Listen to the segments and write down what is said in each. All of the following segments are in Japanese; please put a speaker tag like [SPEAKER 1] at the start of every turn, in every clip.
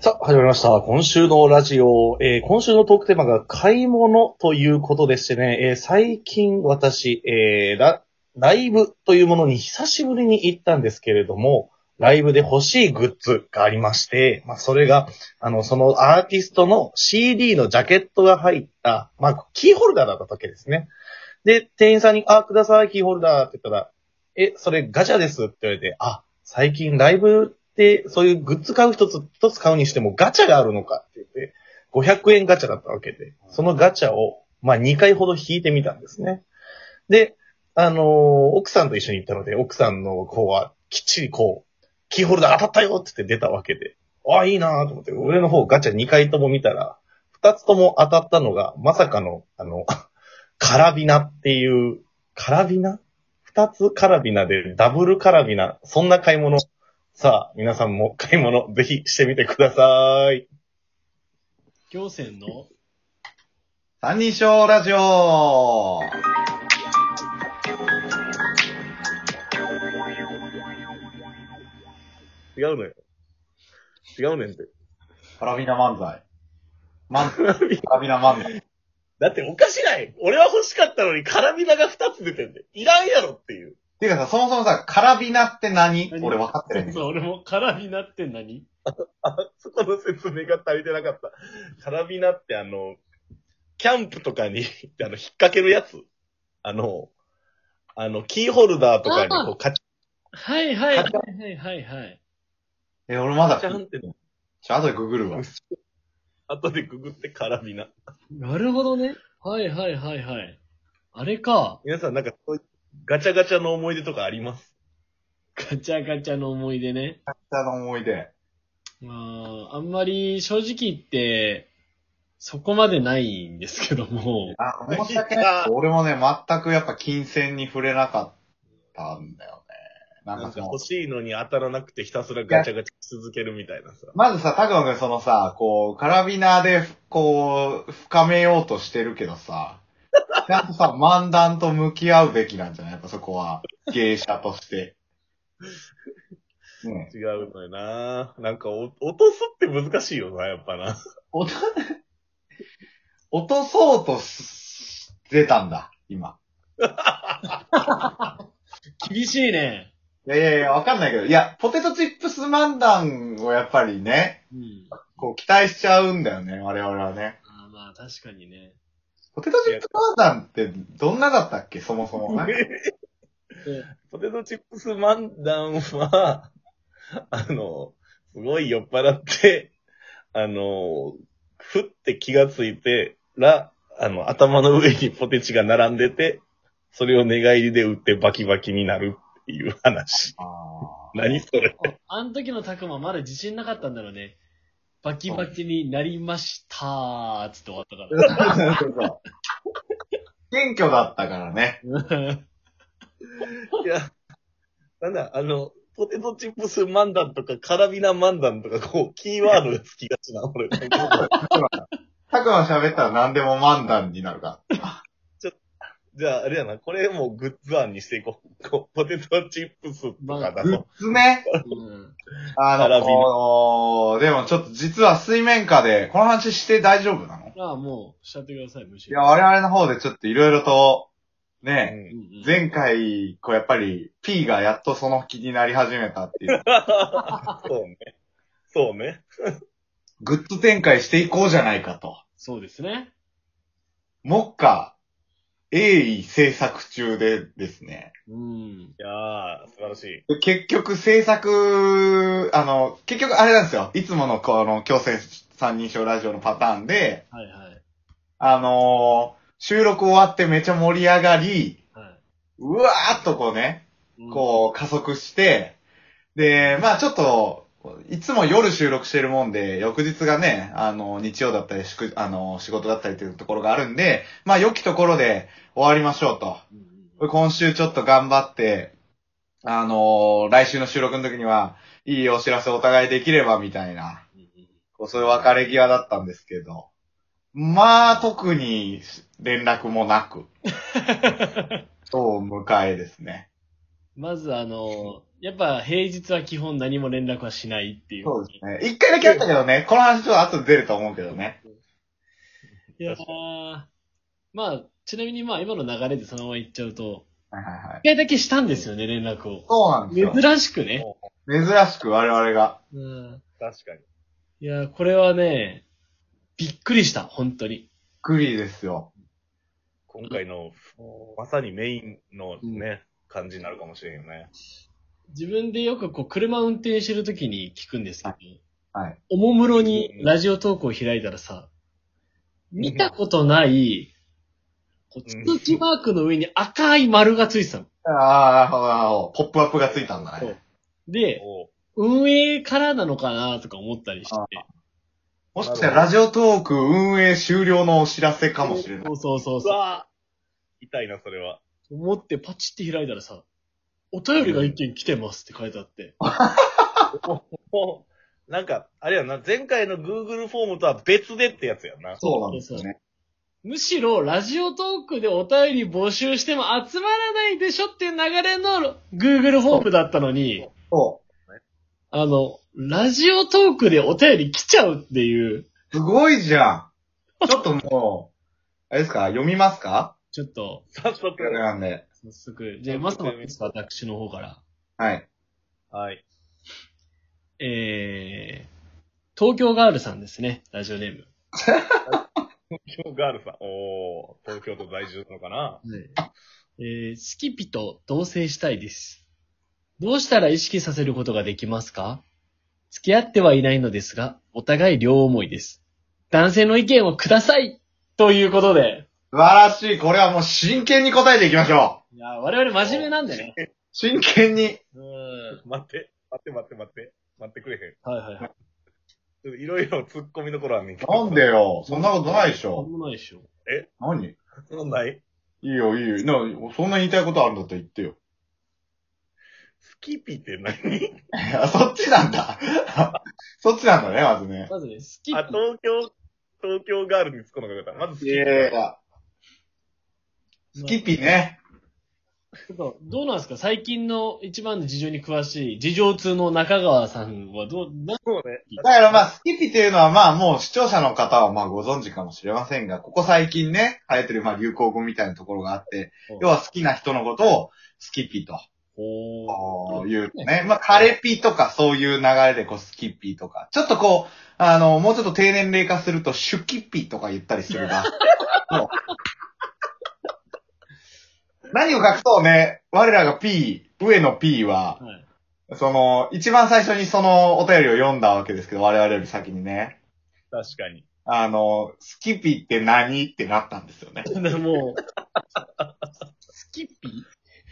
[SPEAKER 1] さあ、始まりました。今週のラジオ、えー今週のトークテーマが買い物ということでしてね、えー最近私、えーラ、ライブというものに久しぶりに行ったんですけれども、ライブで欲しいグッズがありまして、まあ、それが、あの、そのアーティストの CD のジャケットが入った、まあ、キーホルダーだったわけですね。で、店員さんに、あ、ください、キーホルダーって言ったら、え、それガチャですって言われて、あ、最近ライブって、そういうグッズ買う一つ、一つ買うにしてもガチャがあるのかって言って、500円ガチャだったわけで、そのガチャを、まあ2回ほど引いてみたんですね。で、あのー奥さんと一緒に行ったので、奥さんの方はきっちりこう、キーホルダー当たったよって言って出たわけで、ああ、いいなーと思って、上の方ガチャ2回とも見たら、2つとも当たったのが、まさかの、あの、 カラビナっていう、カラビナ二つカラビナでダブルカラビナ。そんな買い物。さあ、皆さんも買い物ぜひしてみてください。
[SPEAKER 2] 行船の
[SPEAKER 3] 三人称ラジオ
[SPEAKER 1] 違うのよ。違うねんって。
[SPEAKER 3] カラビナ漫才。漫才。カラビナ漫才。
[SPEAKER 1] だっておかしない。俺は欲しかったのにカラビナが二つ出てんで。いらんやろっていう。
[SPEAKER 3] ていうかさ、そもそもさ、カラビナって何
[SPEAKER 2] 何
[SPEAKER 3] 俺分かってるんだけ
[SPEAKER 2] そう、俺も空になって何
[SPEAKER 1] そこの説明が足りてなかった。カラビナってあの、キャンプとかに、 あの、引っ掛けるやつ。あの、あの、キーホルダーとかにこう、カチ
[SPEAKER 2] はいはいはいはいはいはい。
[SPEAKER 3] ど。え、俺まだ、
[SPEAKER 1] ャンって、
[SPEAKER 3] ちょ、後でググるわ。
[SPEAKER 1] 後でググってカラビナ。
[SPEAKER 2] なるほどね。はいはいはいはい。あれか。
[SPEAKER 1] 皆さんなんかそういうガチャガチャの思い出とかあります
[SPEAKER 2] ガチャガチャの思い出ね。
[SPEAKER 3] あの思い出。
[SPEAKER 2] まあ、あんまり正直言って、そこまでないんですけど も。
[SPEAKER 3] あ、申し訳ない。俺もね、全くやっぱ金銭に触れなかったんだよね。なん
[SPEAKER 1] な
[SPEAKER 3] か
[SPEAKER 1] んか
[SPEAKER 3] その
[SPEAKER 1] 欲、しいのに当たらなくてひたすらガチャガチャし続けるみたいなさ。
[SPEAKER 3] まずさ、たくまくんそのさ、こう、カラビナで、こう、深めようとしてるけどさ、ちゃんとさ、漫談と向き合うべきなんじゃないやっぱそこは、芸者として。ねえ
[SPEAKER 1] 違うのよななんかお落とすって難しいよな、やっぱな。
[SPEAKER 3] 落と、落とそうとししてたんだ、今。
[SPEAKER 2] 厳しいね。
[SPEAKER 3] いやいやいや、わかんないけど、いや、ポテトチップス漫談をやっぱりね、
[SPEAKER 2] うん。
[SPEAKER 3] こう、期待しちゃうんだよね、我々はね。
[SPEAKER 2] あーまあ、確かにね。
[SPEAKER 3] ポテトチップス漫談って、どんなだったっけ、そもそも。なんか
[SPEAKER 1] ポテトチップス漫談は、あの、すごい酔っ払って、あの、ふって気がついてら、あの、頭の上にポテチが並んでて、それを寝返りで打ってバキバキになるっていう話。
[SPEAKER 3] あー
[SPEAKER 1] 何それ
[SPEAKER 2] あん時のたくままだ自信なかったんだろうね。バキバキになりましたーっつって終わったから。
[SPEAKER 3] 謙虚だったからね。
[SPEAKER 1] いや、なんだ、あの、ポテトチップス漫談とか、カラビナ漫談とか、こう、キーワードがつきがちな、俺。
[SPEAKER 3] たくま喋ったら何でも漫談になるか
[SPEAKER 1] じゃあ、あれやな、これもうグッズ案にしていこう。こうポテトチップスとか
[SPEAKER 3] ら。
[SPEAKER 1] だ
[SPEAKER 3] グ
[SPEAKER 1] と
[SPEAKER 3] ッ。ズね。
[SPEAKER 2] うん
[SPEAKER 3] あ
[SPEAKER 1] カラビナ
[SPEAKER 3] の、こうでもちょっと実は水面下で、この話して大丈夫なの
[SPEAKER 2] まあ、もう、しちゃってください、むし
[SPEAKER 3] いや、
[SPEAKER 2] ろ。
[SPEAKER 3] 我々の方でちょっといろいろと、
[SPEAKER 1] う
[SPEAKER 3] ね、
[SPEAKER 1] ん
[SPEAKER 2] うんうん
[SPEAKER 3] 前回、こうやっぱり P がやっとその気になり始めたっていう、
[SPEAKER 1] そうね。そうね。
[SPEAKER 3] グッズ展開していこうじゃないかと。
[SPEAKER 2] そうですね。
[SPEAKER 3] 目下、鋭意制作中でですね。
[SPEAKER 2] うん。
[SPEAKER 1] いやー、素晴らしい。
[SPEAKER 3] で結局制作、あの、結局あれなんですよ。いつものこの強制三人称ラジオのパターンで、
[SPEAKER 2] はいはい。
[SPEAKER 3] あのー収録終わってめちゃ盛り上がり、
[SPEAKER 2] は
[SPEAKER 3] うわーっとこうね、
[SPEAKER 2] い。
[SPEAKER 3] こう加速して、で、まあちょっと、いつも夜収録してるもんで、翌日がね、あの、日曜だったり、祝あの、仕事だったりというところがあるんで、まあ良きところで終わりましょうと。
[SPEAKER 2] うん。うんうん
[SPEAKER 3] 今週ちょっと頑張って、あのー来週の収録の時には、いいお知らせお互いできればみたいな、
[SPEAKER 2] うんうん
[SPEAKER 3] こうそういう別れ際だったんですけど、まあ、特に 連絡もなく、今日を迎えですね。
[SPEAKER 2] まずあの、やっぱ平日は基本何も連絡はしないっていう。
[SPEAKER 3] そうですね。一回だけあったけどね、この話は後で出ると思うけどね。
[SPEAKER 2] いやーまあ、ちなみにまあ今の流れでそのまま行っちゃうと、
[SPEAKER 3] はいはいはい。
[SPEAKER 2] 一回だけしたんですよね、連絡を。
[SPEAKER 3] そうなんですよ。
[SPEAKER 2] 珍しくね。
[SPEAKER 3] 珍しく我々が。
[SPEAKER 2] うん。
[SPEAKER 1] 確かに。
[SPEAKER 2] いやーこれはね、びっくりした、本当に。
[SPEAKER 3] クリーですよ。
[SPEAKER 1] 今回の、まさにメインのね、感じになるかもしれんよね。
[SPEAKER 2] 自分でよくこう、車運転してる時に聞くんですけど、
[SPEAKER 3] はい。
[SPEAKER 2] おもむろにラジオトークを開いたらさ、見たことない、こう
[SPEAKER 1] うん
[SPEAKER 2] 通知マークの上に赤い丸がついてたの。
[SPEAKER 3] ああ、なるほどなるほど。ポップアップがついたんだ
[SPEAKER 2] そう
[SPEAKER 3] ね。
[SPEAKER 2] で、
[SPEAKER 1] おう
[SPEAKER 2] 運営からなのかなとか思ったりして。
[SPEAKER 3] もしかしたらラジオトーク運営終了のお知らせかもしれない。
[SPEAKER 2] そうそうそう
[SPEAKER 1] う
[SPEAKER 2] そう。
[SPEAKER 1] わぁ痛いな、それは。
[SPEAKER 2] 思ってパチって開いたらさ、お便りが一件来てますって書いてあって。
[SPEAKER 1] もう、なんか、あれやな、前回の Google フォームとは別でってやつやな。
[SPEAKER 3] そうなんですよね。
[SPEAKER 2] むしろ、ラジオトークでお便り募集しても集まらないでしょっていう流れの Google フォームだったのに、
[SPEAKER 3] そ
[SPEAKER 2] あの、ラジオトークでお便り来ちゃうっていう、
[SPEAKER 3] う。すごいじゃん。ちょっともう、あれですか読みますか
[SPEAKER 2] ちょっと、
[SPEAKER 1] 早速。
[SPEAKER 3] なんで。
[SPEAKER 2] 早速、じゃあ、まずは私の方から。
[SPEAKER 3] はい。
[SPEAKER 1] はい。
[SPEAKER 2] えー、東京ガールさんですね、ラジオネーム。
[SPEAKER 1] 東京ガールさん。おー、東京都在住なのかな
[SPEAKER 2] えー、スキピと同棲したいです。どうしたら意識させることができますか付き合ってはいないのですが、お互い両思いです。男性の意見をくださいということで。
[SPEAKER 3] 素晴らしい。これはもう真剣に答えていきましょう。
[SPEAKER 2] いやー、我々真面目なんで ね。
[SPEAKER 3] 真剣に。
[SPEAKER 2] うん。
[SPEAKER 1] 待って、待って待って待って。待ってくれへん
[SPEAKER 2] はいはいはい。。
[SPEAKER 1] ちょっといろいろ突っ込みどころはねんけど
[SPEAKER 3] なんでよ。そんなことないでし
[SPEAKER 2] なん
[SPEAKER 3] ょ。
[SPEAKER 2] もないでしょ。
[SPEAKER 3] 何い
[SPEAKER 1] そんなんない
[SPEAKER 3] いよ、いいよ。な、そんな言いたいことあるんだったら言ってよ。
[SPEAKER 1] スキピって何
[SPEAKER 3] あ、そっちなんだ。 そっちなんだね、まずね。
[SPEAKER 2] まずね、スキピ
[SPEAKER 1] あ、東京、東京ガールに突っ込んだかった。まずスキピ。
[SPEAKER 3] スキッピーね。
[SPEAKER 2] どうなんですか最近の一番の事情に詳しい、事情通の中川さんはどう、な、
[SPEAKER 1] そうね。
[SPEAKER 3] だからまあ、スキッピーっていうのはまあもう視聴者の方はまあご存知かもしれませんが、ここ最近ね、流行ってるまあ流行語みたいなところがあって
[SPEAKER 2] うん、
[SPEAKER 3] 要は好きな人のことをスキッピーと
[SPEAKER 2] おー。
[SPEAKER 3] 言うね。まあ、カレピーとかそういう流れでこうスキッピーとか、ちょっとこう、あの、もうちょっと低年齢化するとシュキッピーとか言ったりするが。そう何を隠そうね、我らが P、上の P は、
[SPEAKER 2] はい。
[SPEAKER 3] その、一番最初にそのお便りを読んだわけですけど、我々より先にね。
[SPEAKER 1] 確かに。
[SPEAKER 3] あの、スキピって何ってなったんですよね。
[SPEAKER 2] もう、スキッピ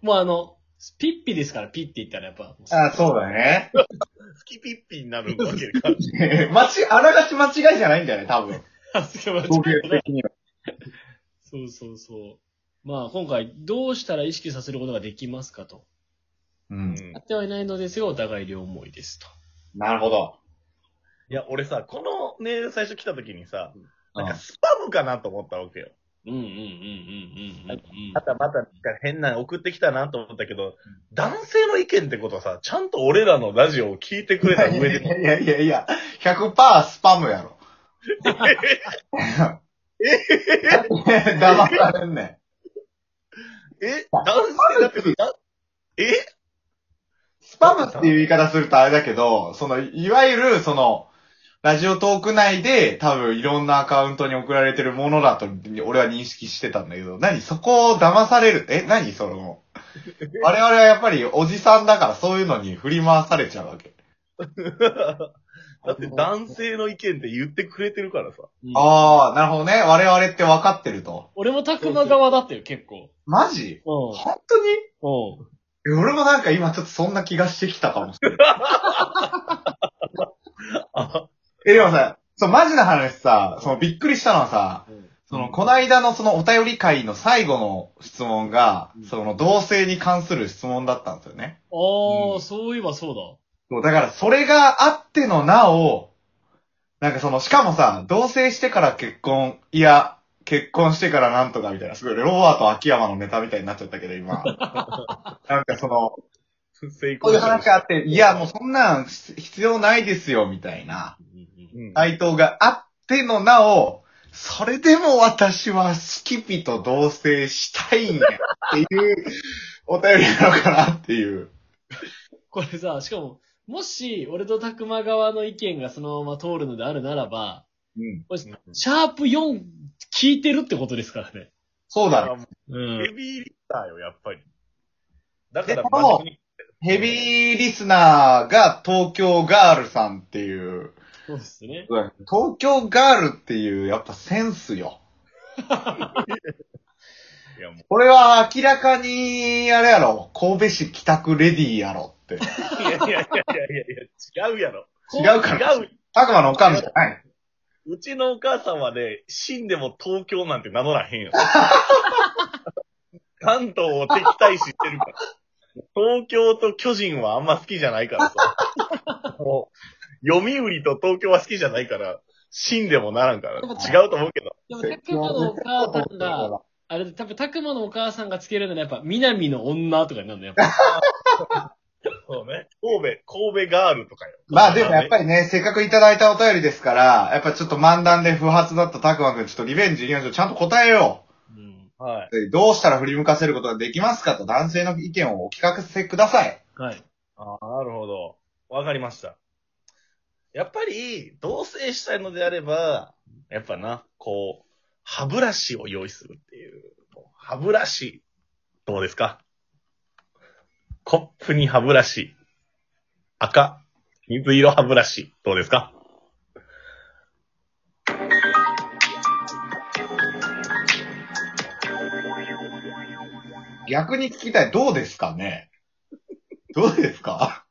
[SPEAKER 2] もうあの、ピッピですから、ピって言ったらやっぱ。
[SPEAKER 3] あ、そうだ ね。
[SPEAKER 1] スキピッピになるわけか。
[SPEAKER 3] 間違、あらがち間違いじゃないんだよね、多分。
[SPEAKER 2] あすごい
[SPEAKER 3] 語形的には。
[SPEAKER 2] そうそうそう。まあ今回、どうしたら意識させることができますかと。
[SPEAKER 3] う。
[SPEAKER 1] うんん
[SPEAKER 2] やってはいないのですが、お互い両思いですと。
[SPEAKER 3] なるほど。
[SPEAKER 1] いや、俺さ、このメール最初来た時にさ、なん
[SPEAKER 3] う
[SPEAKER 1] か
[SPEAKER 3] ん
[SPEAKER 1] スパムかなと思ったわけよ。
[SPEAKER 2] うんうんうんうんうんうん
[SPEAKER 1] またまた変なの送ってきたなと思ったけど、男性の意見ってことはさ、ちゃんと俺らのラジオを聞いてくれた上で の、
[SPEAKER 3] いやいやいやいや、100%スパムやろ。 え騙されんねん。
[SPEAKER 1] え男性だって、だえ
[SPEAKER 3] スパムっていう言い方するとあれだけど、その、いわゆる、その、ラジオトーク内で多分いろんなアカウントに送られてるものだと俺は認識してたんだけど、何そこを騙されるえ何その、我々はやっぱりおじさんだからそういうのに振り回されちゃうわけ。
[SPEAKER 1] だって男性の意見って言ってくれてるからさ。
[SPEAKER 2] うん。
[SPEAKER 3] ああ、なるほどね。我々って分かってると。
[SPEAKER 2] 俺もたくま側だったよ、結構。
[SPEAKER 3] マジ
[SPEAKER 2] う
[SPEAKER 3] 本当に
[SPEAKER 2] ん。うん。
[SPEAKER 3] え俺もなんか今ちょっとそんな気がしてきたかもしれ
[SPEAKER 1] あ、
[SPEAKER 3] ない。え、でもさ、そう、マジな話さ、そのびっくりしたのはさ、その、こないだのそのお便り会の最後の質問が
[SPEAKER 2] うん、
[SPEAKER 3] その同性に関する質問だったんですよね。
[SPEAKER 2] あ
[SPEAKER 1] う
[SPEAKER 2] あ、
[SPEAKER 1] ん
[SPEAKER 2] そういえばそう
[SPEAKER 3] そう、だからそれがあってのなお、なんかその、しかもさ、同棲してから結婚、いや、結婚してからなんとかみたいな、すごい、ロバート秋山のネタみたいになっちゃったけど、 今。なんかその、
[SPEAKER 1] 成
[SPEAKER 3] こういう話があって、いや、もうそんなん必要ないですよ、みたいな
[SPEAKER 1] うん
[SPEAKER 3] 回答があってのなお、それでも私はスキピと同棲したいんやっていうお便りなのかなっていう。
[SPEAKER 2] これさ、しかも、もし、俺と拓馬側の意見がそのまま通るのであるならば、
[SPEAKER 3] うん。
[SPEAKER 2] これシャープ4聞いてるってことですからね。
[SPEAKER 3] そうだね。
[SPEAKER 2] うん
[SPEAKER 1] ヘ。ビーリスターよ、やっぱり。だから、
[SPEAKER 3] でも
[SPEAKER 1] 真面目に
[SPEAKER 3] ヘビーリスナーが東京ガールさんっていう。
[SPEAKER 2] そうですね。
[SPEAKER 3] 東京ガールっていう、やっぱセンスよ。
[SPEAKER 1] いやも
[SPEAKER 3] これは明らかに、あれやろ、神戸市北区レディーやろって。
[SPEAKER 1] ういやいやいやいやいや、違うやろ。
[SPEAKER 3] 違うから。
[SPEAKER 1] 違う。
[SPEAKER 3] 悪魔のおかんじゃないう
[SPEAKER 1] ちのお母さんはね、死んでも東京なんて名乗ら へんよ。関東を敵対視してるから。東京と巨人はあんま好きじゃないからさ。もう、読売と東京は好きじゃないから、死んでもならんから。違うと思うけど。
[SPEAKER 2] でも、拓馬のお母さ んが、あれ、多分拓馬のお母さんがつけるのはやっぱ、南の女とかになるのやっぱ。
[SPEAKER 1] そうね。神戸、神戸ガールとかよ。
[SPEAKER 3] まあでもやっぱりね、せっかくいただいたお便りですから、やっぱちょっと漫談で不発だったたくまくん、ちょっとリベンジいきましょう。ちゃんと答えよ
[SPEAKER 2] うん。
[SPEAKER 1] り。はい。
[SPEAKER 3] う。どうしたら振り向かせることができますかと男性の意見をお聞かせください。
[SPEAKER 2] はい。
[SPEAKER 1] ああ、なるほど。わかりました。やっぱり、同棲したいのであれば、やっぱな、こう、歯ブラシを用意するっていう。歯ブラシ、どうですかコップに歯ブラシ、赤、水色歯ブラシ、どうですか
[SPEAKER 3] 逆に聞きたい。どうですかねどうですか